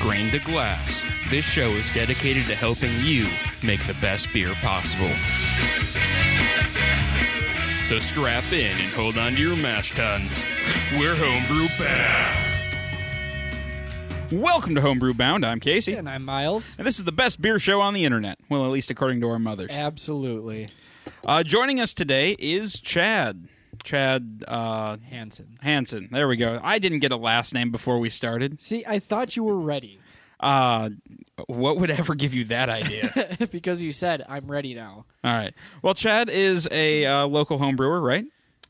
Grain to Glass. This show is dedicated to helping you make the best beer possible. So strap in and hold on to your mash tuns. We're Homebrew Bound. Welcome to Homebrew Bound. I'm Casey. And I'm Miles. And this is the best beer show on the internet. Well, at least according to our mothers. Absolutely. Uh, joining us today is Chad. Chad uh, Hanson. Hansen. There we go. I didn't get a last name before we started. See, I thought you were ready Uh, what would ever give you that idea? because you said, I'm ready now. All right. Well, Chad is a uh, local home brewer, right?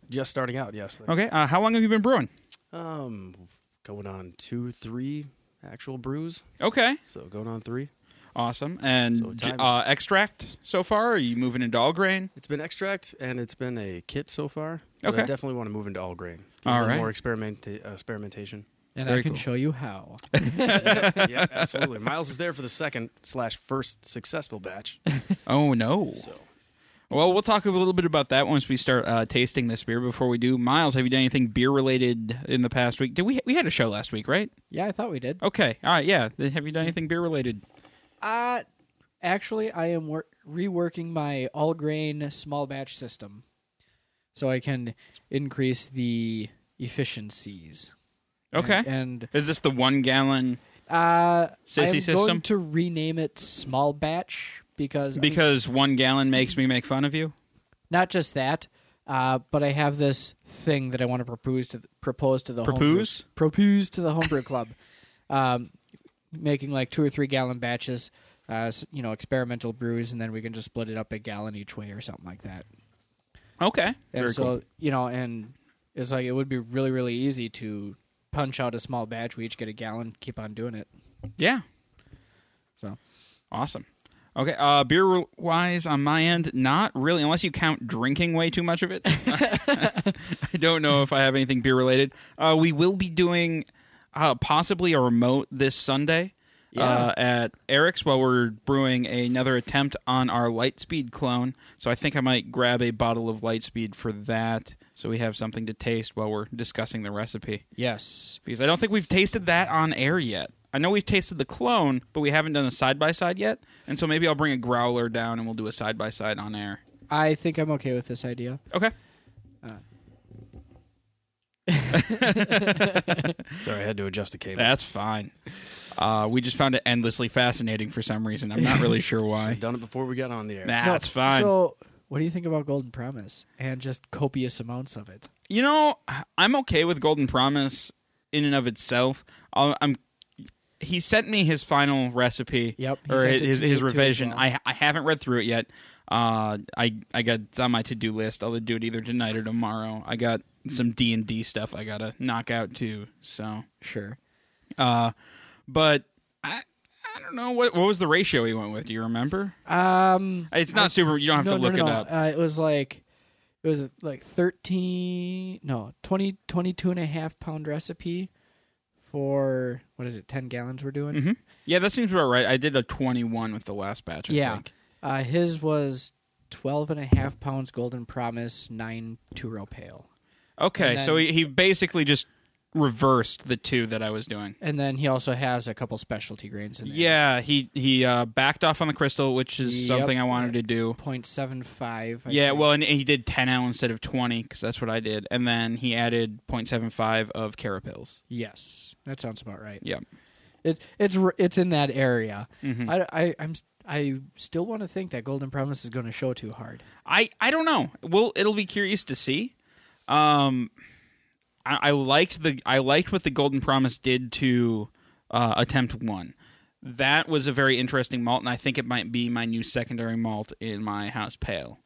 Just starting out, yes. Okay. Uh, how long have you been brewing? Um, going on two, three actual brews. Okay. So going on three. Awesome. And So j- time- uh, extract so far? Are you moving into all grain? It's been extract and it's been a kit so far. but Okay. I definitely want to move into all grain. Give All them right. More experiment uh, experimentation. And Very I can cool. show you how. yeah, absolutely. Miles was there for the second slash first successful batch. Oh no. So Well, we'll talk a little bit about that once we start uh, tasting this beer. Before we do, Miles, have you done anything beer related in the past week? Did we we had a show last week, right? yeah, I thought we did. Okay. All right. Yeah. Then Have you done anything beer related? Uh, actually, I am wor- reworking my all grain small batch system so I can increase the efficiencies. Okay. And Is this the one gallon? uh, Sissy I'm system? going to rename it small batch because, because- Because one gallon makes me make fun of you. not just that. Uh, but I have this thing that I want to propose to the, propose to the homebrew- Propose? propose to the homebrew club, um, making like two or three gallon batches, uh, s- you know, experimental brews, and then we can just split it up a gallon each way or something like that. Okay. And Very so cool. you know, and it's like it would be really really easy to punch out a small batch. We each get a gallon. Keep on doing it. Yeah. So Awesome. Okay, uh, beer wise on my end, not really, unless you count drinking way too much of it. I don't know if I have anything beer related. Uh, we will be doing uh, possibly a remote this Sunday uh, at Eric's while we're brewing another attempt on our Lightspeed clone. So I think I might grab a bottle of Lightspeed for that so we have something to taste while we're discussing the recipe yes, because I don't think we've tasted that on air yet. I know we've tasted the clone, but we haven't done a side by side yet. And so maybe I'll bring a growler down and we'll do a side by side on air. I think I'm okay with this idea. Okay. sorry, I had to adjust the cable. That's fine. Uh, we just found it endlessly fascinating for some reason. I'm not really sure why. Done it before we got on the air. No, That's fine. So, what do you think about Golden Promise and just copious amounts of it? you know, I'm okay with Golden Promise in and of itself. I'll, I'm. He sent me his final recipe. Yep, he Or sent his, it to his, me his too as revision. well. I I haven't read through it yet. Uh, I I got it's on my to do list. I'll do it either tonight or tomorrow. I got some D and D stuff I gotta knock out too. So, Sure. uh, but I I don't know what what was the ratio he went with. Do you remember? Um, It's not super. You don't have no, to no, look no, it no. up. Uh, it was like it was like 13 no 20 22 and a half pound recipe for what is it 10 gallons we're doing Mhm. Yeah, that seems about right. I did a 21 with the last batch. I yeah think. uh, his was 12 and a half pounds golden promise 9 two row pale Okay, And so then- he, he basically just reversed the two that I was doing. and then he also has a couple specialty grains in there Yeah, he he uh, backed off on the crystal, which is Yep. something I wanted to do. 0.75 I yeah, think. well, and he did 10L instead of 20 because that's what I did, and then he added 0.75 of carapils. yes that sounds about right Yep. It it's r- it's in that area. I I I'm s- I still want to think that Golden Promise is going to show too hard. I I don't know. Well, it'll be curious to see. Um, I, I liked the I liked what the Golden Promise did to uh, attempt one. That was a very interesting malt, and I think it might be my new secondary malt in my house pale.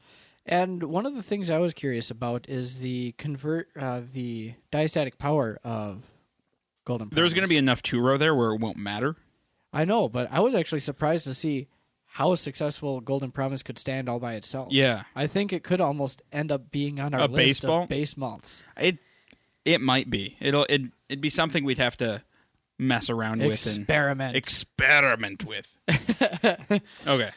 And one of the things I was curious about is the convert uh, the diastatic power of Golden. Promise. There's going to be enough two row there where it won't matter. I know, but I was actually surprised to see how successful Golden Promise could stand all by itself. Yeah, I think it could almost end up being on our A list base malt? of base malts. it it might be. It'll it it'd be something we'd have to mess around with and Experiment. experiment with. okay.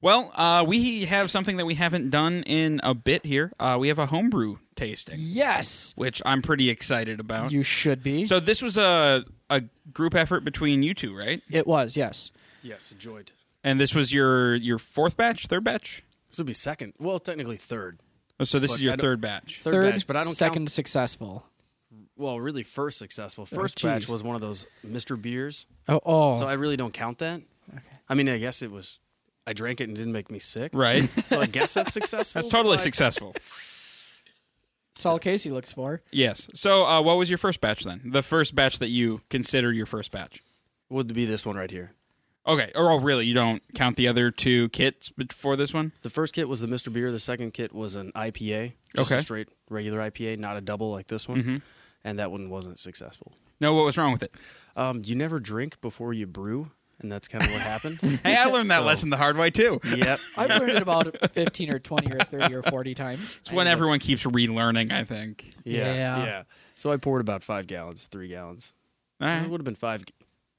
Well, uh, we have something that we haven't done in a bit here. Uh, we have a homebrew tasting, yes, which I'm pretty excited about. you should be. so this was a a group effort between you two, right? It was yes. Yes, enjoyed. And this was your your fourth batch, third batch. This would be second. Well, technically third. Oh, So this But is your I don't- third batch. Third batch, but I don't second successful. Well, really, first Oh, successful. First jeez. batch was one of those Mr. Beers, Oh, oh. so I really don't count that. Okay. I mean, I guess it was. I drank it and didn't make me sick. Right. So I guess that's successful. That's totally but- successful. that's all Casey looks for. Yes. So, uh, what was your first batch then? The first batch that you consider your first batch. Would be this one right here. Okay. Or oh, really? You don't count the other two kits before this one? The first kit was the Mr. Beer. The second kit was an IPA, just Okay. Mm-hmm. a straight regular IPA, not a double like this one. And that one wasn't successful. No. What was wrong with it? Um, you never drink before you brew, and that's kind of what happened. Hey, I learned that So- lesson the hard way too. yep. I've learned it about fifteen or twenty or thirty or forty times. It's when everyone keeps relearning. I think. Yeah, Yeah. yeah. So I poured about five gallons, three gallons. All It right. would have been five,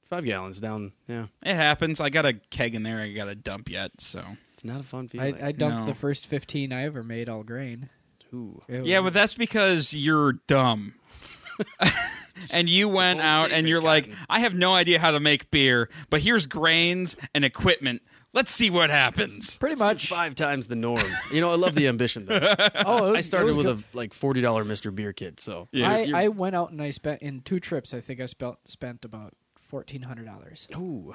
five gallons down. Yeah, Eh, It happens. I got a keg in there. I got to dump yet. So. it's not a fun feeling. I, I dumped No. the first fifteen I ever made all grain. Ooh. It Yeah, was- but that's because you're dumb. and you went bold out and statement, you're like, Cotton. I have no idea how to make beer, but here's grains and equipment. Let's see what happens. pretty Let's do much. five times the norm. You know, I love the ambition. Though. Oh, it was, I started with a like forty dollar Mr. Beer kit. So Yeah. I, You're- I went out and I spent in two trips. I think I spent spent about fourteen hundred dollars. ooh,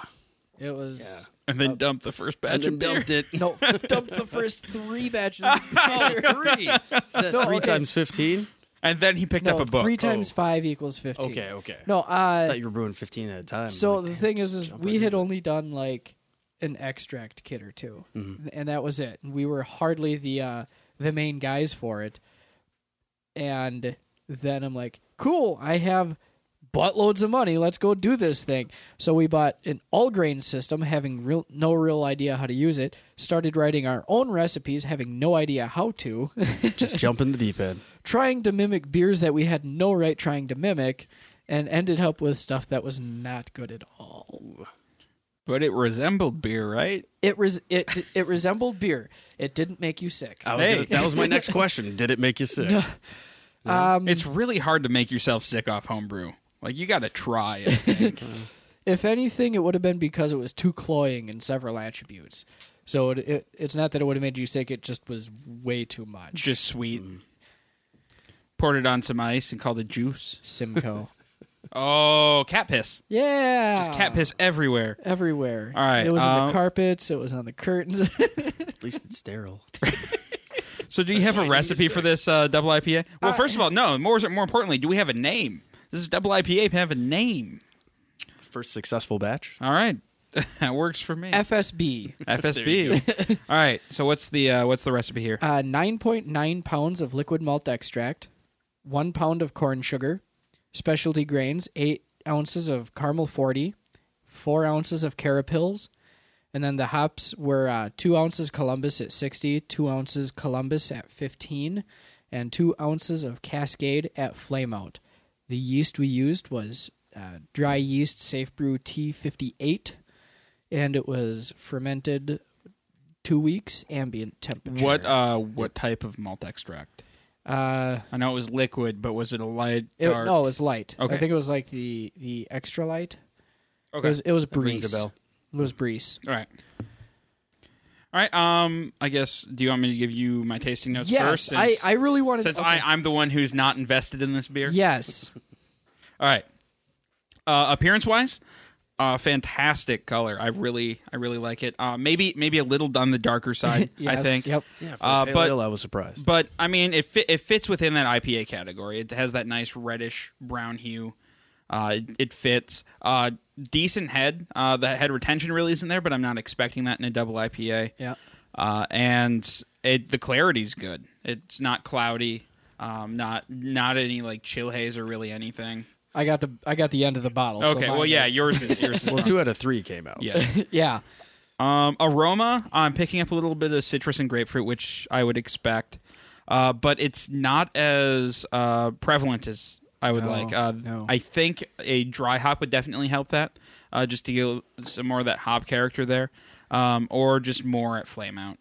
It was And then dump the first and batch then of beer. dumped it. no dumped the first three batches. Of beer. Oh, three. Is that No, three okay. times fifteen. And then he picked no, up a book. three times Oh. five equals fifteen. Okay, okay. No, I uh, thought you were brewing fifteen at a time. so Like, the damn, thing is, is jump we right had in. only done like an extract kit or 2 Mm-hmm. and that was it. And we were hardly the uh, the main guys for it. And then I'm like, cool, I have buttloads of money. Let's go do this thing. So we bought an all grain system, having real no real idea how to use it. Started writing our own recipes, having no idea how to. just jump in the deep end. trying to mimic beers that we had no right trying to mimic and ended up with stuff that was not good at all. But it resembled beer, right? It res- it it resembled beer. It didn't make you sick. I was Hey. gonna- that was my next question. Did it make you sick? Um, It's really hard to make yourself sick off homebrew. Like, you got to try, I think. if anything, it would have been because it was too cloying in several attributes. So it, it it's not that it would have made you sick. It just was way too much. Just sweet. Poured it on some ice and called it juice. Simcoe. Oh, cat piss. yeah. Just cat piss everywhere. Everywhere. All right, It was on um, the carpets. It was on the curtains. At least it's sterile. So, do you have a recipe for this uh, double IPA? Well, first of all, no. More more importantly, do we have a name? This is double IPA. Have a name. First successful batch. All right, that works for me. FSB. FSB. all right. So, what's the uh, what's the recipe here? uh, 9.9 pounds of liquid malt extract, one pound of corn sugar, specialty grains, eight ounces of caramel 40, four ounces of carapils, and then the hops were uh, two ounces Columbus at 60, two ounces Columbus at 15, and two ounces of Cascade at Flameout. The yeast we used was uh, dry yeast safe brew T58, and it was fermented two weeks ambient temperature. What uh, what type of malt extract? Uh, I know it was liquid, but was it a light it, dark? no, it was light. Okay. I think it was like the the extra light. Okay. It was, it was rings breeze. a bell. It was breeze. All right. All right. Um, I guess. Do you want me to give you my tasting notes yes, first? I, since- I really wanted since okay. I, I'm the one who's not invested in this beer. yes, All right. Uh, appearance wise, uh, fantastic color. I really, I really like it. Uh, maybe, maybe a little on the darker side. yes, I think. Yep. Yeah, Uh, pale but- ale, I was surprised. But I mean, it fit, it fits within that IPA category. It has that nice reddish brown hue. Uh, it, it fits. Uh, decent head. Uh, the head retention really isn't there, but I'm not expecting that in a double IPA. Yeah. Uh, and it the clarity's good. It's not cloudy. Um, not not any like chill haze or really anything. I got the I got the end of the bottle. so Okay, mine well, yeah, is- yours is yours is well, two out of three came out. yeah. yeah. Um, aroma, I'm picking up a little bit of citrus and grapefruit, which I would expect, uh, but it's not as uh, prevalent as I would No, like. Uh, no. I think a dry hop would definitely help that, uh, just to give some more of that hop character there, um, or just more at flame out.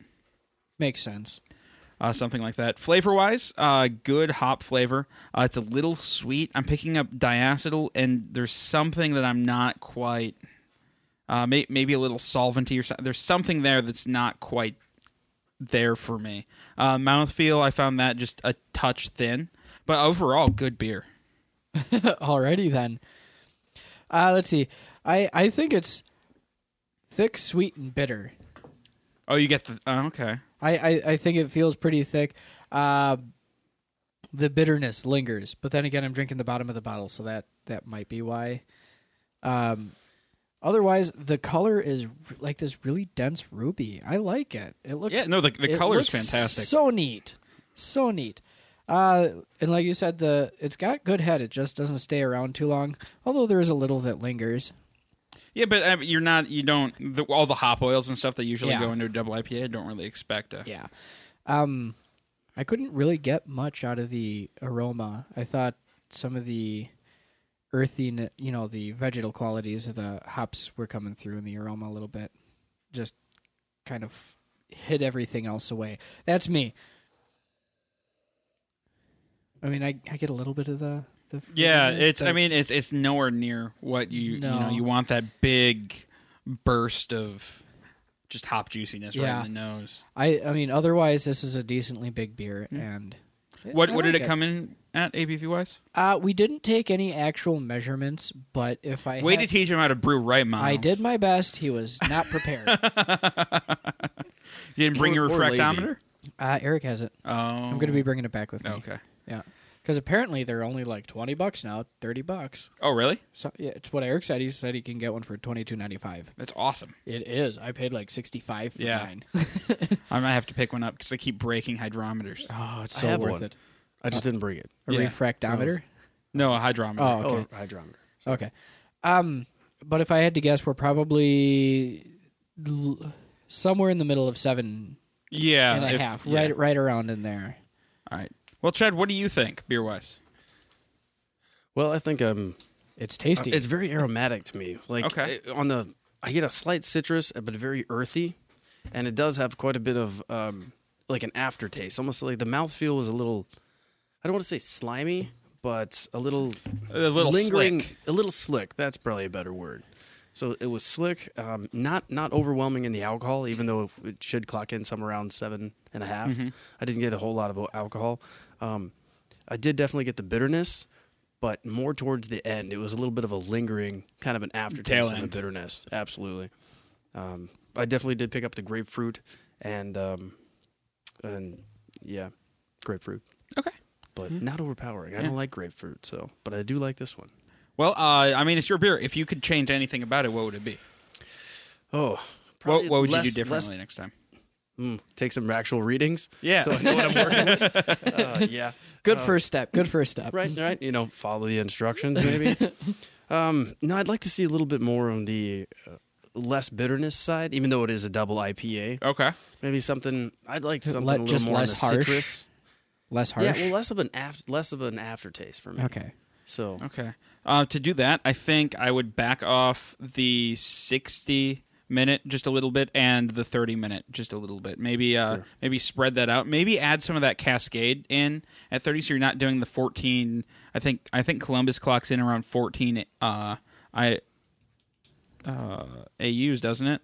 Makes sense. uh, something like that. Flavor wise, uh, good hop flavor. Uh, it's a little sweet. I'm picking up diacetyl, and there's something that I'm not quite. Uh, may, maybe a little solventy or something. There's something there that's not quite there for me. Uh, mouthfeel, I found that just a touch thin, but overall, good beer. Alrighty then. Uh, let's see. I I think it's thick, sweet, and bitter. Oh, you get the oh, okay. I, I I think it feels pretty thick. Uh, the bitterness lingers, but then again, I'm drinking the bottom of the bottle, so that that might be why. Um, otherwise, the color is r- like this really dense ruby. I like it. It looks Yeah, no, the the it color is looks fantastic. So neat, so neat. Uh, and like you said, the it's got good head. It just doesn't stay around too long. Although there is a little that lingers. yeah, but uh, you're not you don't the, all the hop oils and stuff that usually Yeah. go into a double IPA. Don't really expect a Yeah. Um I couldn't really get much out of the aroma. I thought some of the earthy, you know, the vegetal qualities of the hops were coming through in the aroma a little bit. Just kind of hid everything else away. That's me. I mean, I, I get a little bit of the the Yeah, fruitiness, it's. I but- mean, it's it's nowhere near what you you know No. you want that big burst of just hop juiciness Yeah. right in the nose. I I mean, otherwise this is a decently big beer and Mm-hmm. What I what did like it come in at ABV wise? Uh, we didn't take any actual measurements, but if I Way had, to teach him how to brew right, Miles. I did my best. He was not prepared. You didn't bring Or- your or lazy. refractometer. uh, Eric has it. Oh, I'm I'm going to be bringing it back with me. okay. Yeah. Because apparently they're only like twenty bucks now, thirty bucks. Oh, really? So yeah, it's what Eric said. He said he can get one for twenty two ninety five. That's awesome. It is. I paid like sixty five for Yeah. mine. I might have to pick one up because I keep breaking hydrometers. oh, it's I so have worth one. it. I just didn't bring it. A Yeah. refractometer. No, a hydrometer. Oh, okay. Oh, hydrometer. Okay. Um, but if I had to guess, we're probably l- somewhere in the middle of seven yeah, and a half, Uh, if- yeah. right, right around in there. All right. Well, Chad, what do you think beer wise? Well, I think um, It's tasty. it's very aromatic to me. Like Okay. it- on the, I get a slight citrus, eh, but very earthy, and it does have quite a bit of um, like an aftertaste. Almost like the mouthfeel is a little, I don't want to say slimy, but a little, A little lingering, slick. a little slick. That's probably a better word. So it was slick, um, not not overwhelming in the alcohol, even though it should clock in somewhere around seven and a half. Mm-hmm. I didn't get a whole lot of alcohol. Um, I did definitely get the bitterness, but more towards the end, it was a little bit of a lingering kind of an aftertaste Tail of the end. bitterness. Absolutely, um, I definitely did pick up the grapefruit and um, and yeah, grapefruit, Okay. but Mm-hmm. not overpowering. I don't like grapefruit, so but I do like this one. Well, uh, I mean, it's your beer. If you could change anything about it, what would it be? Oh, What, probably what would you less- do less- differently next time? mm, take some actual readings. Yeah. So I know what I'm working. with. uh, yeah. Good first step. Good first step. Right. Right. You know, follow the instructions. Maybe. um, no, I'd like to see a little bit more on the uh, less bitterness side, even though it is a double IPA. Okay. Maybe something I'd like something Let- a little just more on less the harsh? citrus. Less harsh. Yeah. Well, less of an af- less of an aftertaste for me. okay. So Okay. Uh, to do that, I think I would back off the 60 minute just a little bit and the 30 minute just a little bit. Maybe uh, maybe spread that out. Maybe add some of that cascade in at 30 so you're not doing the 14 I think I think Columbus clocks in around 14 uh I uh AUs, doesn't it?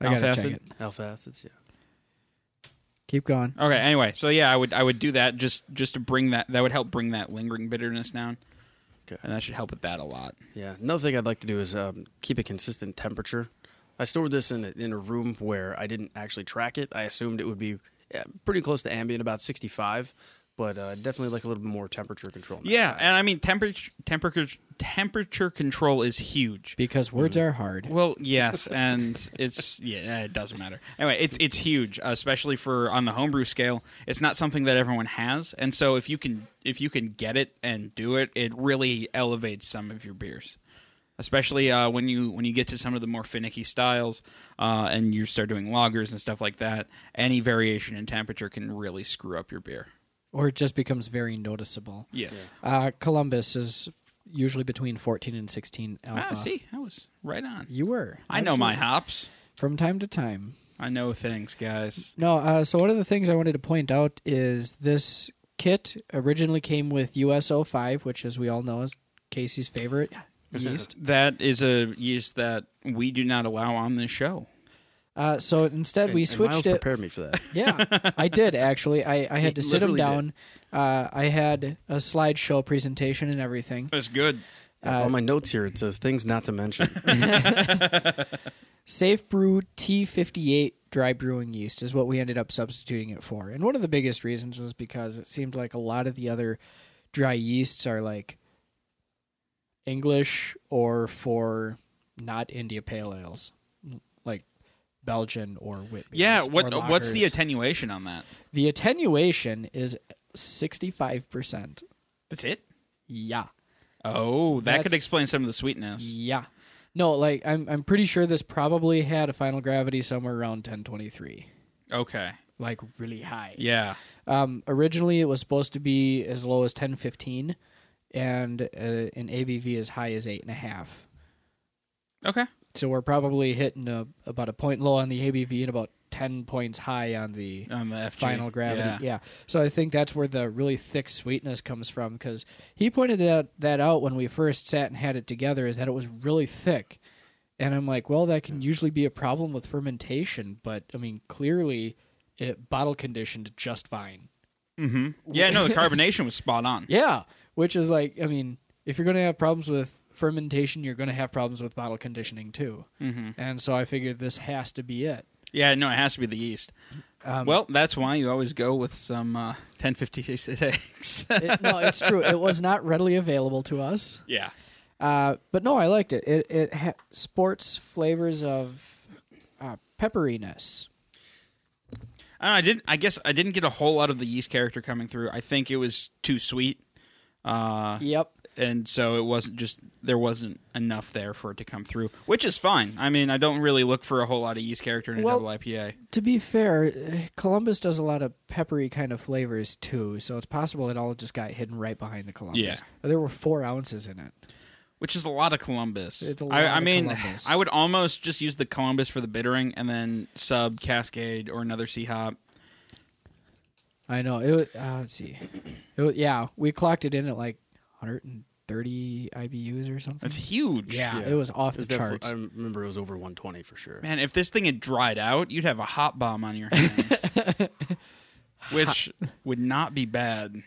I gotta Alpha check acid? it. alpha acids. Yeah. Keep going. Okay. Anyway, so yeah, I would I would do that just just to bring that that would help bring that lingering bitterness down. Okay. And that should help with that a lot. Yeah. Another thing I'd like to do is um, keep a consistent temperature. I stored this in a, in a room where I didn't actually track it. I assumed it would be yeah, pretty close to ambient, about 65, but uh, definitely like a little bit more temperature control. next Yeah, time. and I mean temperature temperature temperature control is huge. Because words are hard. Well, yes, and it's yeah, it doesn't matter. Anyway, it's it's huge, especially for on the homebrew scale. It's not something that everyone has, and so if you can if you can get it and do it, it really elevates some of your beers. Especially uh, when you when you get to some of the more finicky styles, uh, and you start doing lagers and stuff like that, any variation in temperature can really screw up your beer. Or it just becomes very noticeable. Yes, Uh, Columbus is usually between 14 and 16 alpha. ah, see, I was right on. You were. I know my Absolutely. hops. From time to time. I know things, guys. No, uh, so one of the things I wanted to point out is this kit originally came with USO five, which, as we all know, is Casey's favorite yeast. That is a yeast that we do not allow on this show. Uh, so instead, we And- and Miles switched it. prepared me for that. Yeah, I did actually. I, I had He to sit him literally down. Uh, I had a slideshow presentation and everything. That's good. On my notes here, it says things not to mention. Safe Brew T58 dry brewing yeast is what we ended up substituting it for. And one of the biggest reasons was because it seemed like a lot of the other dry yeasts are like English or for not India Pale Ales, like Belgian or Whitby. Yeah. What uh, What's the attenuation on that? the attenuation is 65%. That's it. Yeah. Oh, that could That's- explain some of the sweetness. Yeah. No, like I'm I'm pretty sure this probably had a final gravity somewhere around 1023. Okay. Like really high. Yeah. Um, originally, it was supposed to be as low as ten fifteen, and uh, an ABV as high as eight and a half. Okay. So we're probably hitting a, about a point low on the ABV and about ten points high on the On the FG. final gravity. Oh, Yeah. Yeah. So I think that's where the really thick sweetness comes from because he pointed that, that out when we first sat and had it together is that it was really thick. And I'm like, well, that can usually be a problem with fermentation, but I mean, clearly it bottle conditioned just fine. Yeah, no, the carbonation was spot on. Yeah, which is like, I mean, if you're going to have problems with fermentation, you're going to have problems with bottle conditioning too. Mm-hmm. And so I figured this has to be it. Yeah, no, it has to be the yeast. Um, well, that's why you always go with some uh, 1056. It- no, it's true. It was not readily available to us, yeah. uh, but no, I liked it. It it ha- sports flavors of uh, pepperiness. I, don't know, I didn't. I guess I didn't get a whole lot of the yeast character coming through. I think it was too sweet, uh, Yep. and so it wasn't just there wasn't enough there for it to come through, which is fine. I mean, I don't really look for a whole lot of yeast character in a Well- double IPA. To be fair, eh, Columbus does a lot of peppery kind of flavors too, so it's possible it all just got hidden right behind the Columbus. Yeah. There were four ounces in it. Which is a lot of Columbus. It's a I- lot I, of mean, Columbus. I would almost just use the Columbus for the bittering, and then sub Cascade or another Sea Hop. I know. It was, uh, let's see. It was, yeah, we clocked it in at like 130 IBUs or something. That's huge. yeah, it was off It was the definitely- charts. I remember it was over 120 for sure. Man, if this thing had dried out, you'd have a hot bomb on your hands, which would not be bad.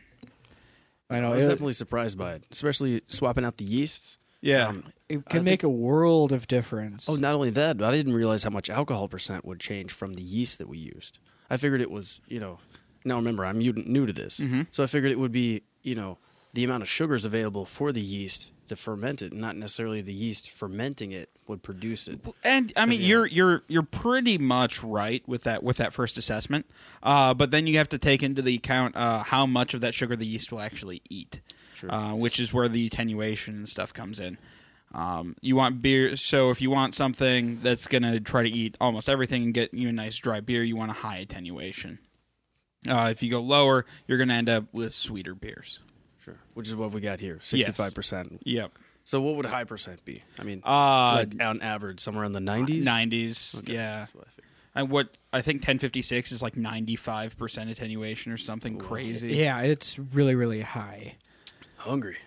I know. I was It, definitely surprised by it, especially swapping out the yeasts. Yeah. Um, it I can make a world of difference. Oh, not only that, but I didn't realize how much alcohol percent would change from the yeast that we used. I figured it was, you know, now remember, I'm u- new to this. Mm-hmm. So I figured it would be, you know, the amount of sugars available for the yeast to ferment it, not necessarily the yeast fermenting it would produce it. and I mean, you know- you're you're you're pretty much right with that with that first assessment, uh, but then you have to take into the account uh, how much of that sugar the yeast will actually eat, uh, which is where the attenuation and stuff comes in. Um, you want beer, so if you want something that's gonna try to eat almost everything and get you a nice dry beer, you want a high attenuation. Uh, if you go lower, you're gonna end up with sweeter beers. Sure. Which is what we got here 65%. Yep. So what would high percent be? I mean, Uh, like on average, somewhere in the 90s? 90s. Okay, Yeah. that's what I figured. And what I think 1056 is like 95% attenuation or something crazy. yeah, it's really, really high. Hungry.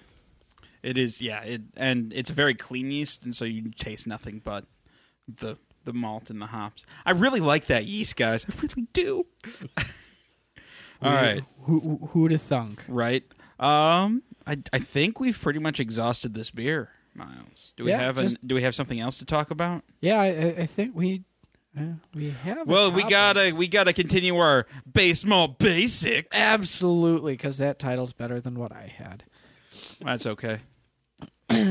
It is, yeah. It, and it's a very clean yeast, and so you taste nothing but the the malt and the hops. I really like that yeast, guys. I really do. All right, Who who'd have thunk? right. Um, I I think we've pretty much exhausted this beer, Miles. Do we Yeah, have an, just- Do we have something else to talk about? Yeah, I, I I think we uh, we have. a Well, we topic. gotta we gotta continue our base malt basics. absolutely because that title's better than what I had. That's okay.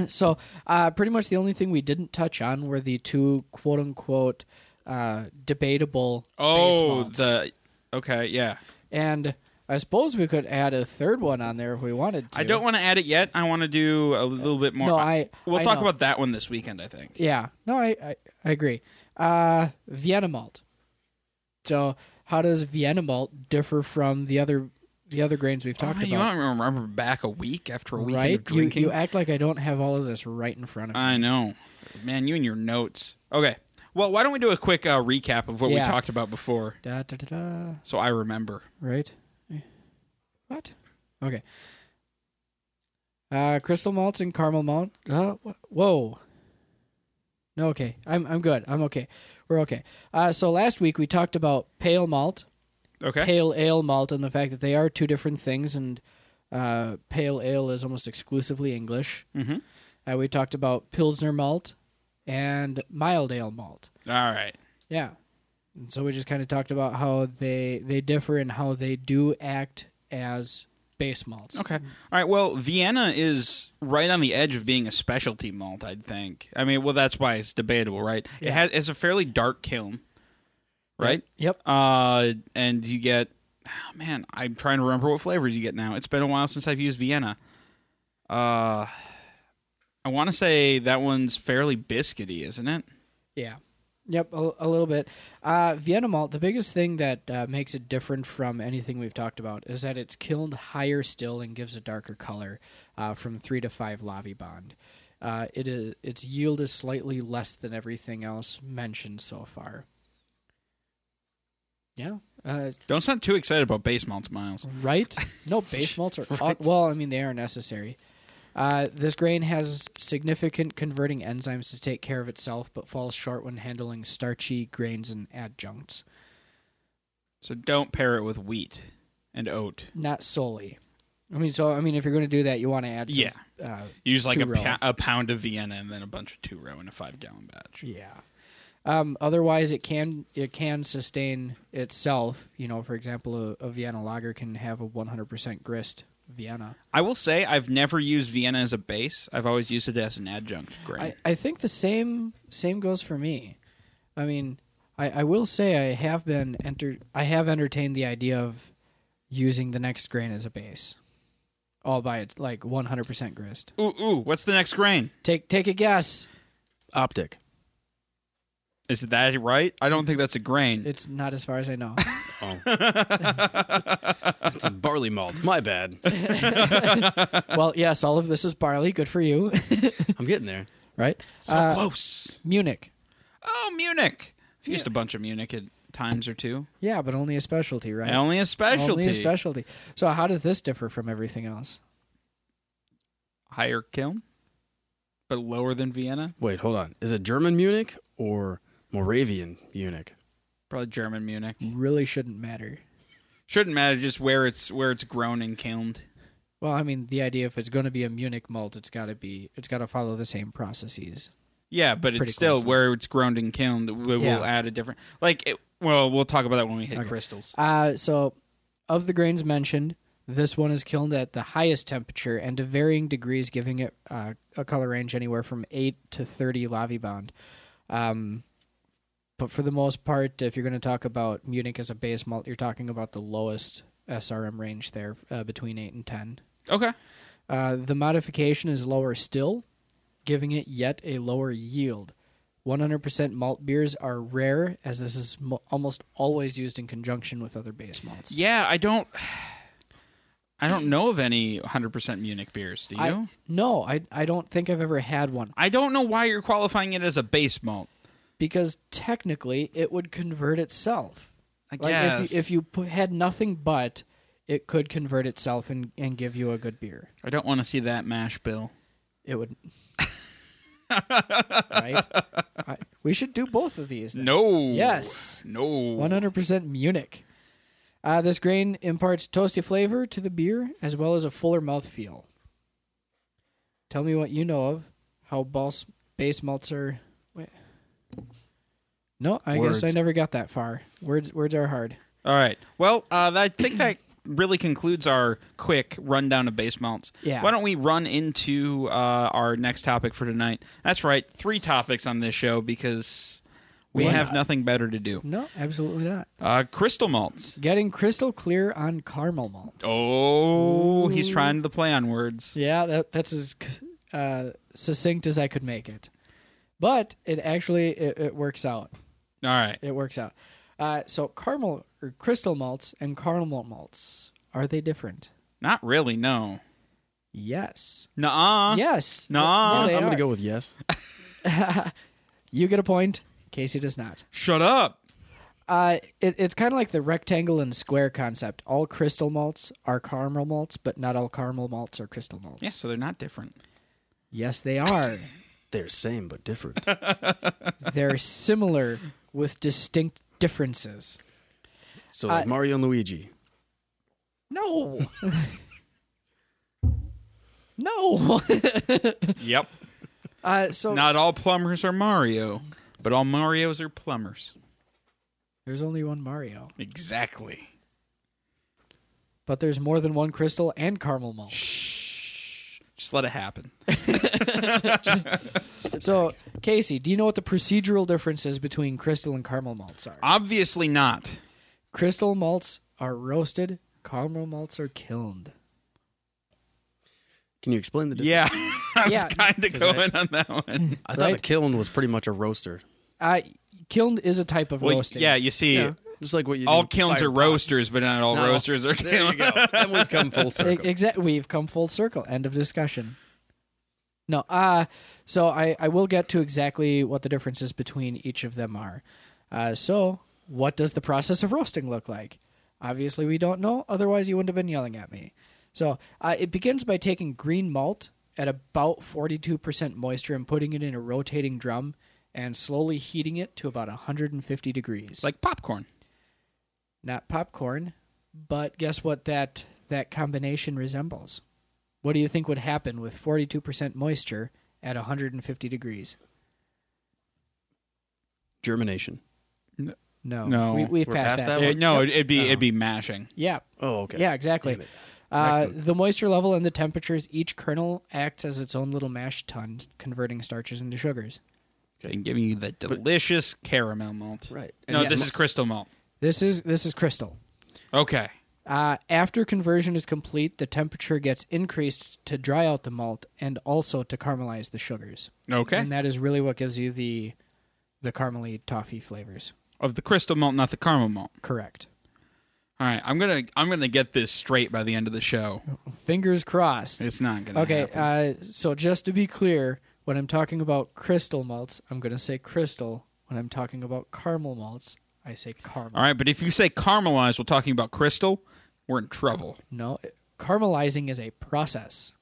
So, uh, pretty much the only thing we didn't touch on were the two quote unquote uh, debatable. base Oh, malts. the okay, yeah. and I suppose we could add a third one on there if we wanted to. I don't want to add it yet. I want to do a little bit more. No, I- We'll I talk know. about that one this weekend. I think. Yeah, no, I I, I agree. Uh, Vienna malt. So, how does Vienna malt differ from the other the other grains we've talked Oh, you about? don't remember back a week after a weekend Right? of You, drinking? Uh, you act like I don't have all of this right in front of me. I know, man. You and your notes. Okay. Well, why don't we do a quick uh, recap of what we Yeah. talked about before Da, da, da, da. so I remember. Right? Eh, What? Okay. Uh, crystal malts and caramel malt. Uh, wh- whoa. No, okay. I'm I'm good. I'm okay. We're okay. Uh, so last week we talked about pale malt, Okay. pale ale malt, and the fact that they are two different things, and uh, pale ale is almost exclusively English. Mhm. Uh, we talked about pilsner malt and mild ale malt. All right. Yeah. And so we just kind of talked about how they they differ and how they do act as base malts. Okay. All right. Well, Vienna is right on the edge of being a specialty malt, I'd think. I mean, well, that's why it's debatable, right? It Yeah. has it's a fairly dark kiln, right? Yep. Uh, and you get, ah, man, I'm trying to remember what flavors you get now. It's been a while since I've used Vienna. Uh, I want to say that one's fairly biscuity, isn't it? Yeah. Yep. A, a little bit. Uh, Vienna malt. The biggest thing that uh, makes it different from anything we've talked about is that it's kilned higher still and gives a darker color, uh, from three to five Lavi bond. Uh, it is its yield is slightly less than everything else mentioned so far. Yeah. Uh, Don't sound too excited about base malts, Miles. Right? No, base malts are well. I mean, they are necessary. Uh, this grain has significant converting enzymes to take care of itself, but falls short when handling starchy grains and adjuncts. So don't pair it with wheat and oat. Not solely. I mean, so I mean, if you're going to do that, you want to add. Some, Yeah. Uh, Use like a, Two-row. pou- a pound of Vienna and then a bunch of two row in a five gallon batch. yeah. Um, otherwise, it can it can sustain itself. You know, for example, a, a Vienna lager can have a 100% grist Vienna. I will say I've never used Vienna as a base. I've always used it as an adjunct grain. I, I think the same same goes for me. I mean, I, I will say I have been enter I have entertained the idea of using the next grain as a base, all by its like one hundred percent grist. ooh, ooh, what's the next grain? Take take a guess. Optic. Is that right? I don't think that's a grain. It's not as far as I know. Oh. it's a barley malt. My bad. well, yes, all of this is barley. Good for you, I'm getting there. right? So Uh, close. Munich. Oh, Munich. I've used a bunch of Munich at times or two. Yeah, but only a specialty, right? Only a specialty. Only a specialty. So how does this differ from everything else? Higher kiln, but lower than Vienna. Wait, hold on. Is it German Munich or Moravian Munich? Probably German Munich. Really shouldn't matter. Shouldn't matter just where it's where it's grown and kilned. Well, I mean, the idea if it's going to be a Munich malt, it's got to be it's got to follow the same processes. Yeah, but it's Pretty still closely. where it's grown and kilned. We will Yeah. add a different like. It, well, we'll talk about that when we hit Okay. crystals. Uh, so, of the grains mentioned, this one is kilned at the highest temperature and to varying degrees, giving it uh, a color range anywhere from eight to thirty lavi bond. Um, but for the most part, if you're going to talk about Munich as a base malt, you're talking about the lowest SRM range there, uh, between eight and ten. Okay. Uh, the modification is lower still, giving it yet a lower yield. 100% malt beers are rare, as this is mo- almost always used in conjunction with other base malts. Yeah, I don't. I don't know of any 100% Munich beers. Do you? I, I, no, I, I don't think I've ever had one don't know why you're qualifying it as a base malt. because technically it would convert itself. I Like guess if you, if you put, had nothing but, it could convert itself and, and give you a good beer. I don't want to see that mash bill. It would. right? I, we should do both of these. then. No. Yes. No. 100% Munich. Uh, this grain imparts toasty flavor to the beer as well as a fuller mouthfeel. Tell me what you know of how bals- base malts are. Wait. No, I guess Words. I never got that far. Words words are hard. All right. Well, uh, I think that really concludes our quick rundown of base malts. Yeah. Why don't we run into uh, our next topic for tonight? That's right, three topics on this show because we Why have not? nothing better to do. No, absolutely not. Uh, crystal malts. Getting crystal clear on caramel malts. Oh, he's trying to play on words. Yeah, that, that's as uh, succinct as I could make it. But it actually it, it works out. All right. it works out. Uh, so caramel or crystal malts and caramel malts are they different? Not really. No. Yes. Nuh-uh. Yes. Nah. Yeah, Oh, they I'm are. going to go with yes. You get a point. Casey does not. Shut up. Uh, it, it's kind of like the rectangle and square concept. All crystal malts are caramel malts, but not all caramel malts are crystal malts. Yeah, so they're not different. Yes, they are. They're same but different. They're similar with distinct differences. So like Uh, Mario and Luigi. No. no. Yep. Uh, so Not all plumbers are Mario, but all Marios are plumbers. there's only one Mario, Exactly. but there's more than one crystal and caramel malt. Shh. Just let it happen. So, Casey, do you know what the procedural differences between crystal and caramel malts are? Obviously not. Crystal malts are roasted, caramel malts are kilned. Can you explain the difference? Yeah. I was Yeah. kind of 'Cause I- going on that one. I thought a Right? kiln was pretty much a roaster. Uh, kilned is a type of Well, roasting. yeah, you see, Just like what you all do kilns fire are pots. roasters, but not all Not all- roasters are There you kilns. go. and we've come full circle. Exactly. We've come full circle. End of discussion. No, uh, so I, I will get to exactly what the differences between each of them are. Uh, so, what does the process of roasting look like? Obviously, we don't know. Otherwise, you wouldn't have been yelling at me. So, uh, it begins by taking green malt at about 42% moisture and putting it in a rotating drum and slowly heating it to about 150 degrees. Like popcorn. not popcorn, but guess what that that combination resembles? What do you think would happen with 42% moisture at 150 degrees? Germination. No. No. We, we've We're passed, past that. that Uh, one. no, Yep. it'd Uh-huh. be it'd be mashing. Yeah. Oh, okay. Yeah, exactly. Damn it. Uh, Next the moisture level and the temperatures, each kernel acts as its own little mash tun, converting starches into sugars. And giving you the delicious caramel malt. Right. No, And this yeah. is crystal malt. This is this is crystal. Okay. Uh, after conversion is complete, the temperature gets increased to dry out the malt and also to caramelize the sugars. Okay. and that is really what gives you the the caramely toffee flavors. Of the crystal malt, not the caramel malt. Correct. All right, I'm gonna I'm gonna get this straight by the end of the show. Fingers crossed. It's not gonna. okay, happen. uh, so just to be clear, when I'm talking about crystal malts, I'm going to say crystal. When I'm talking about caramel malts, I say caramel. All right, but if you say caramelized, we're talking about crystal. We're in trouble. No, caramelizing is a process.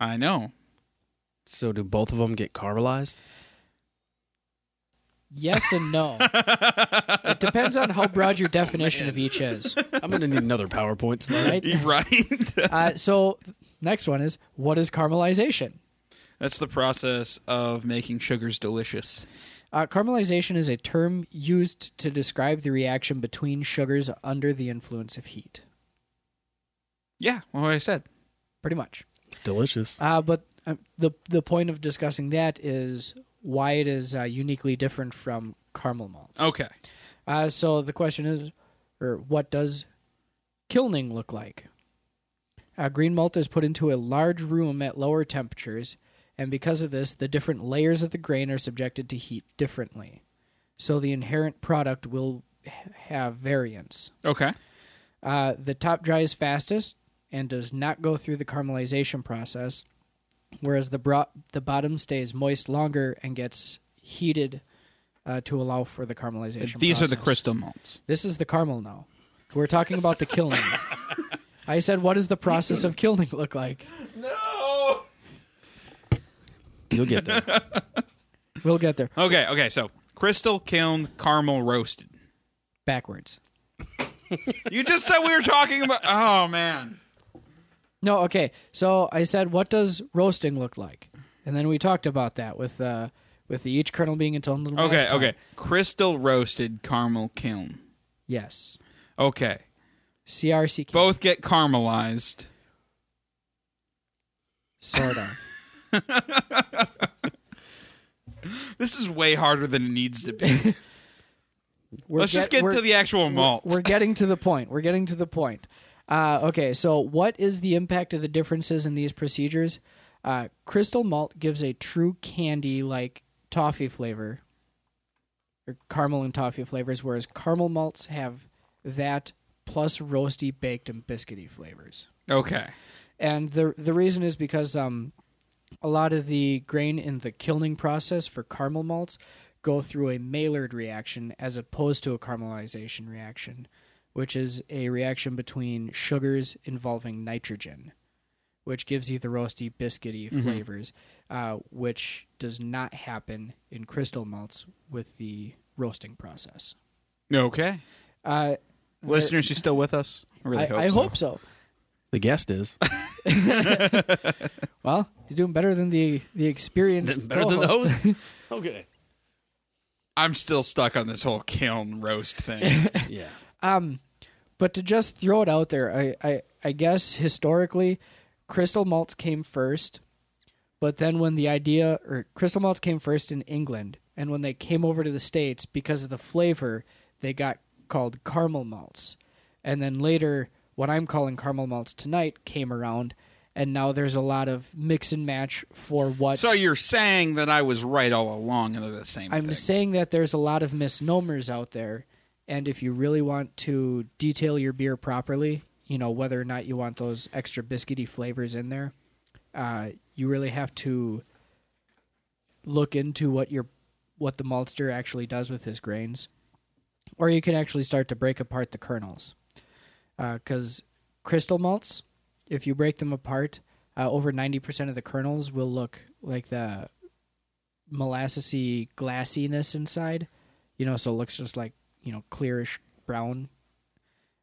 I know. So do both of them get caramelized? Yes and no. it depends on how broad your definition of each is. I'm gonna need another PowerPoint slide. Right? right. Uh, so, th- next one is what is caramelization? That's the process of making sugars delicious. Uh, caramelization is a term used to describe the reaction between sugars under the influence of heat, Yeah, well, what I said. pretty much. Delicious. Uh, but um, the the point of discussing that is why it is uh, uniquely different from caramel malts. Okay. Uh, so the question is, or what does kilning look like? Uh, green malt is put into a large room at lower temperatures, and because of this, the different layers of the grain are subjected to heat differently. So the inherent product will h- have variance. Okay. Uh, the top dries fastest and does not go through the caramelization process, whereas the bro- the bottom stays moist longer and gets heated uh, to allow for the caramelization. These are the process. crystal malts. This is the caramel now. We're talking about the kilning. I said, what does the process of kilning look like? No. You'll get there. We'll get there. Okay. Okay. So crystal kiln caramel roasted. Backwards. You just said we were talking about. Oh man. No, okay. So I said, what does roasting look like? And then we talked about that with uh, with the each kernel being its own little. Okay. lifetime. Okay. Crystal roasted caramel kiln. Yes. Okay. CRC. Both get caramelized. Sort of. This is way harder than it needs to be. We're Let's just get- get we're- to the actual malt. We're getting to the point. We're getting to the point. Uh, okay, so what is the impact of the differences in these procedures? Uh, crystal malt gives a true candy like toffee flavor, or caramel and toffee flavors, whereas caramel malts have that plus roasty, baked, and biscuity flavors. Okay. And the the reason is because um, a lot of the grain in the kilning process for caramel malts go through a Maillard reaction as opposed to a caramelization reaction, which is a reaction between sugars involving nitrogen, which gives you the roasty, biscuity Mm-hmm. flavors, uh, which does not happen in crystal malts with the roasting process. Okay. Uh, Listeners, you still with us? I really I, hope I so. hope so. The guest is Well, he's doing better than the the experienced better than the co-host. host. okay. I'm still stuck on this whole kiln roast thing. Yeah. But to just throw it out there, I, I, I guess historically, crystal malts came first. But then when the idea, or crystal malts came first in England, and when they came over to the States, because of the flavor, they got called caramel malts. And then later, what I'm calling caramel malts tonight came around, and now there's a lot of mix and match for what. So you're saying that I was right all along and they're the same I'm thing. saying that there's a lot of misnomers out there, and if you really want to detail your beer properly, you know whether or not you want those extra biscuity flavors in there, uh, you really have to look into what your what the maltster actually does with his grains, or you can actually start to break apart the kernels, because crystal malts, if you break them apart, uh, over ninety percent of the kernels will look like the molassesy glassiness inside. You know, so it looks just like you know clearish brown.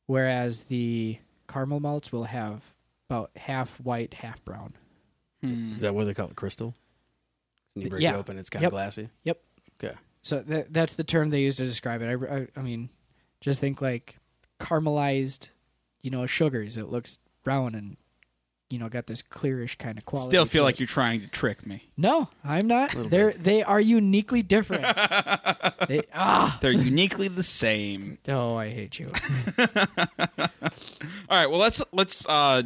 Whereas the caramel malts will have about half white, half brown. Hmm. Is that why they call it crystal? When you break Yeah. it open, it's kind of Yep. glassy. Yep. Okay. So that that's the term they use to describe it. I, I, I mean, just think like caramelized, you know, sugars. It looks brown and you know got this clearish kind of quality. Still feel to like it. you're trying to trick me. No, I'm not. They're they are uniquely different. they, ah. They're uniquely the same. Oh, I hate you. All right, well let's let's uh,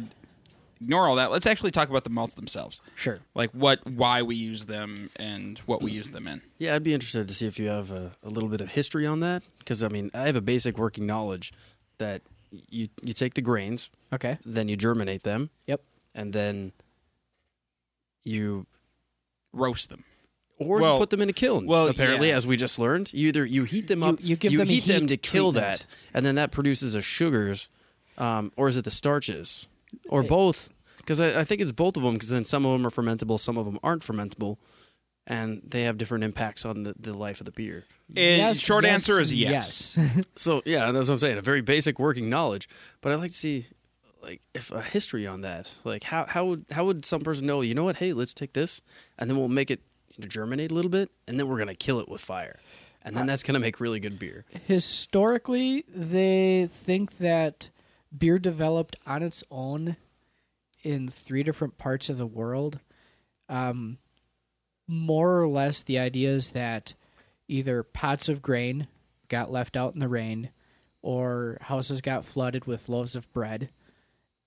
ignore all that. Let's actually talk about the malts themselves. Sure. Like what why we use them and what we use them in. Yeah, I'd be interested to see if you have a, a little bit of history on that, because I mean, I have a basic working knowledge that you you take the grains, Okay. then you germinate them, Yep. and then you Roast them. or Well- you put them in a kiln. well, apparently, yeah. as we just learned, you either you heat them You- up, you give them a heat them heat to kill that, treatment. and then that produces a sugars, um, or is it the starches, or both? Because I, I think it's both of them. Because then some of them are fermentable, some of them aren't fermentable, and they have different impacts on the, the life of the beer. And short answer is yes. Yes. So yeah, that's what I'm saying. A very basic working knowledge, but I'd like to see like if a history on that. Like how how would how would some person know? You know what? Hey, let's take this, and then we'll make it germinate a little bit, and then we're gonna kill it with fire, and then that's gonna make really good beer. historically they think that beer developed on its own in three different parts of the world um, more or less the idea is that either pots of grain got left out in the rain or houses got flooded with loaves of bread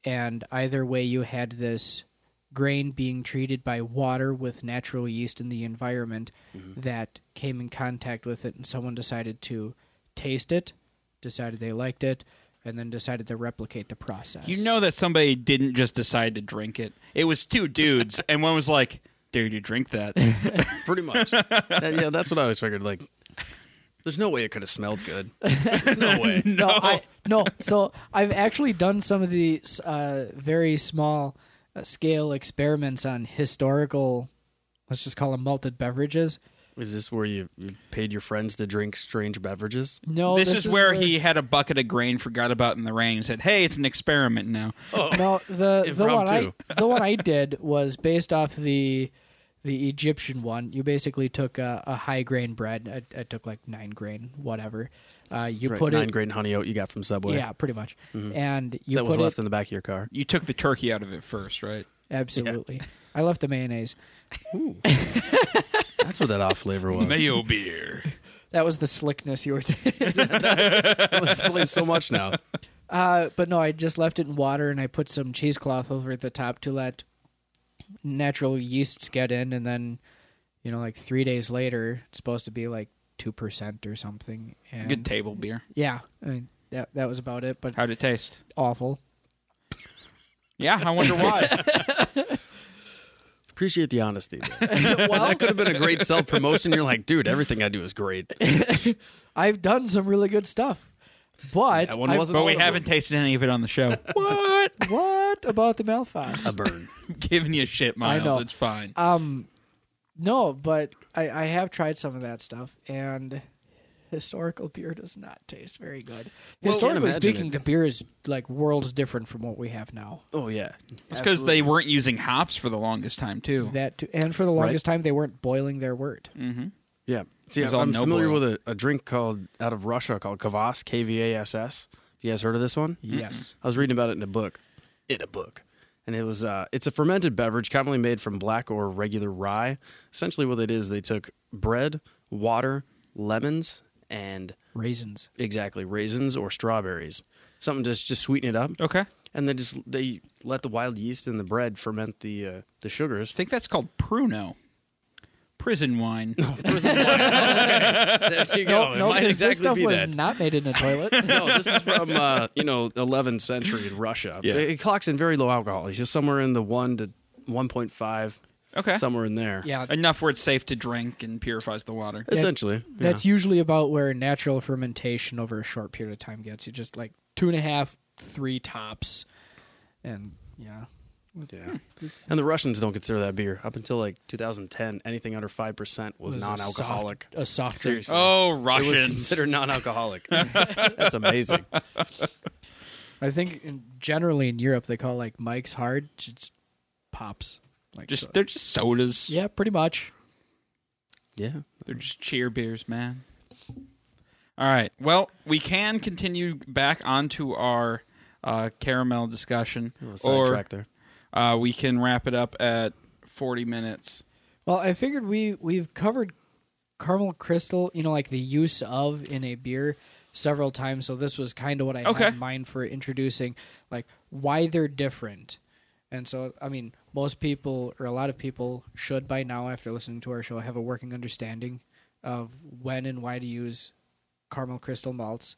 and either way you had this grain being treated by water with natural yeast in the environment that came in contact with it and someone decided to taste it decided they liked it and then decided to replicate the process You know that somebody didn't just decide to drink it. It was two dudes and one was like, "Dude, you drink that." Pretty much. That- yeah, that's what I always figured. Like, there's no way it could have smelled good. There's no way. no, I, no. So I've actually done some of the uh, very small uh, scale experiments on historical, let's just call them malted beverages. Is this where you, you paid your friends to drink strange beverages? No, Oh, this, is, where, he had a bucket of grain, forgot about in the rain, and said, "Hey, it's an experiment now." No, the the one I Impromptu. the one I did was based off the the Egyptian one. You basically took a, a high grain bread. I, I took like nine grain, whatever. Uh, you Right, put nine it, grain honey oat you got from Subway. yeah, pretty much, and you that put was it left in the back of your car. You took the turkey out of it first, right? absolutely. I left the mayonnaise. That's what that off flavor was. Mayo beer. That was the slickness you were. That explains so much now. Uh, but no, I just left it in water and I put some cheesecloth over the top to let natural yeasts get in. And then, you know, like three days later, it's supposed to be like 2% or something. And Good table beer. yeah, I mean, that, that was about it, but How'd it taste? awful. Yeah, I wonder why. Appreciate the honesty. though. well, that could have been a great self promotion. You're like, dude, everything I do is great. I've done some really good stuff, but That one I- wasn't But we Awesome. haven't tasted any of it on the show. What? what about the Malphas? A bird. Giving you shit, Miles. know. It's fine. Um, no, but I, I have tried some of that stuff, and historical beer does not taste very good. Well, Historically can't imagine speaking, it. the beer is like worlds different from what we have now. Oh yeah. it's because they weren't using hops for the longest time Oh. too. That too, and for the longest time, they weren't boiling their wort. Mm-hmm. Yeah. See, It's I'm all I'm no familiar boil. with a, a drink called out of Russia called Kvass, K V A S S. You guys heard of this one? Yes, I was reading about it in a book. In a book. And it was uh, it's a fermented beverage commonly made from black or regular rye. Essentially what it is, they took bread, water, lemons, and raisins. exactly raisins or strawberries. Something just just sweeten it up. Okay. I And then just they let the wild yeast in the bread ferment the uh, the sugars. think that's called Pruno. Prison wine. There you No, It no, might because exactly this stuff be was that. not made in a toilet. no, this is from uh, you know 11th century in Russia. Yeah. It, it clocks in very low alcohol. It's just somewhere in the one to 1.5, Okay. somewhere in there. yeah, Enough where it's safe to drink and purifies the water. essentially. that's usually about where natural fermentation over a short period of time gets you. Just like two and a half, three tops, and yeah. yeah. And the Russians don't consider that beer up until like 2010. Anything under five percent was, was a soft- non-alcoholic. A soft, drink. Seriously. Oh, It was Russians. considered non-alcoholic. That's amazing. I think in, generally in Europe they call like Mike's Hard just pops. Like Just so- they're just sodas. yeah, pretty much. Yeah. They're just cheer beers, man. All right. Well, we can continue back onto our uh, caramel discussion, A little or sidetrack there. uh, we can wrap it up at forty minutes. Well, I figured we we've covered caramel crystal, you know, like the use of in a beer several times. So this was kind of what I Okay. had in mind for introducing, like why they're different. And so, I mean, most people or a lot of people should by now, after listening to our show, have a working understanding of when and why to use caramel crystal malts.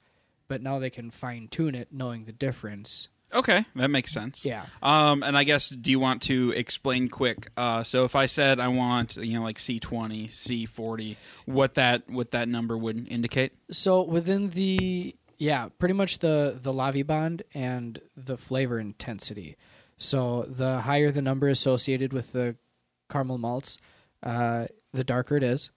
But now they can fine tune it, knowing the difference. Okay, that makes sense. Yeah. Um, and I guess do you want to explain quick? Uh, so if I said I want, you know, like C twenty, C forty, what that what that number would indicate? So within the yeah, pretty much the the lavi bond and the flavor intensity. So the higher the number associated with the caramel malts, uh, the darker it is,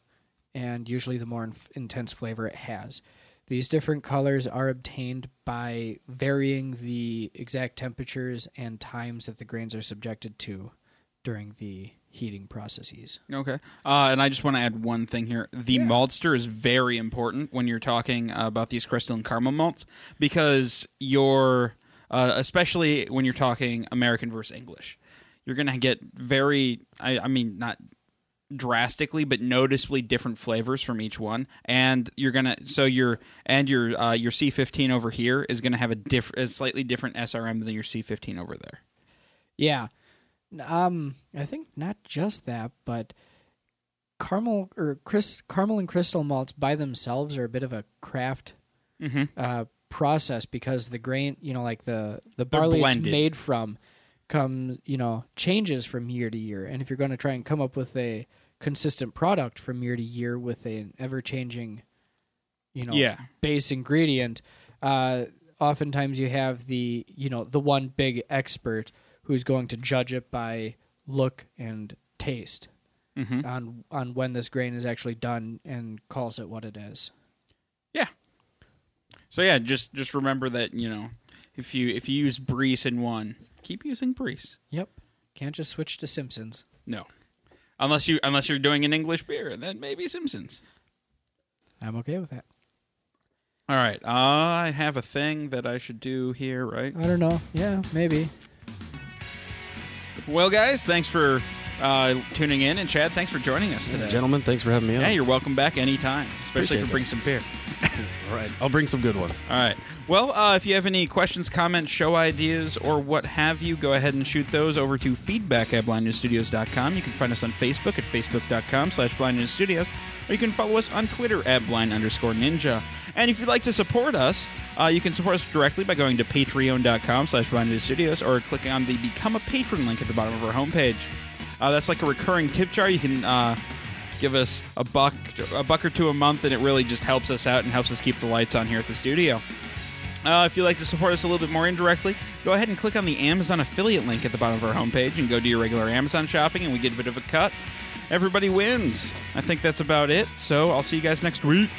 and usually the more inf- intense flavor it has. These different colors are obtained by varying the exact temperatures and times that the grains are subjected to during the heating processes. Okay. Uh, and I just want to add one thing here. The maltster is very important when you're talking uh, about these crystal and caramel malts because you're, uh, especially when you're talking American versus English, you're going to get very, I, I mean, not drastically but noticeably different flavors from each one and you're gonna so your and your uh, your c15 over here is gonna have a diff a slightly different srm than your c15 over there Yeah. N- Um, I think not just that, but caramel or Chris, caramel and crystal malts by themselves are a bit of a craft uh, process because the grain, you know, like the the barley it's blended. made from, comes you know changes from year to year, and if you're going to try and come up with a consistent product from year to year with an ever changing, you know, Yeah. base ingredient, uh, oftentimes you have the you know the one big expert who's going to judge it by look and taste Mm-hmm. on on when this grain is actually done and calls it what it is. Yeah. So yeah, just just remember that you know if you if you use Brees in one, keep using Brees. Yep, can't just switch to Simpsons. No, unless you unless you're doing an English beer, then maybe Simpsons. I'm okay with that. All right, uh, I have a thing that I should do here, right? I don't know. Yeah, maybe. Well, guys, thanks for uh, tuning in, and Chad, thanks for joining us today. Gentlemen, thanks for having me on. yeah, you're welcome back anytime, especially Appreciate if you that. bring some beer. All right. I'll bring some good ones. All right. Well, uh, if you have any questions, comments, show ideas, or what have you, go ahead and shoot those over to feedback at blindnewstudios.com. You can find us on Facebook at facebook.com slash blindnewstudios, or you can follow us on Twitter at blind underscore ninja. And if you'd like to support us, uh, you can support us directly by going to patreon.com slash blindnewstudios or clicking on the Become a Patron link at the bottom of our homepage. Uh, that's like a recurring tip jar. You can uh, give us a buck, a buck or two a month, and it really just helps us out and helps us keep the lights on here at the studio. Uh, if you'd like to support us a little bit more indirectly, go ahead and click on the Amazon affiliate link at the bottom of our homepage and go do your regular Amazon shopping, and we get a bit of a cut. Everybody wins. I think that's about it. So I'll see you guys next week.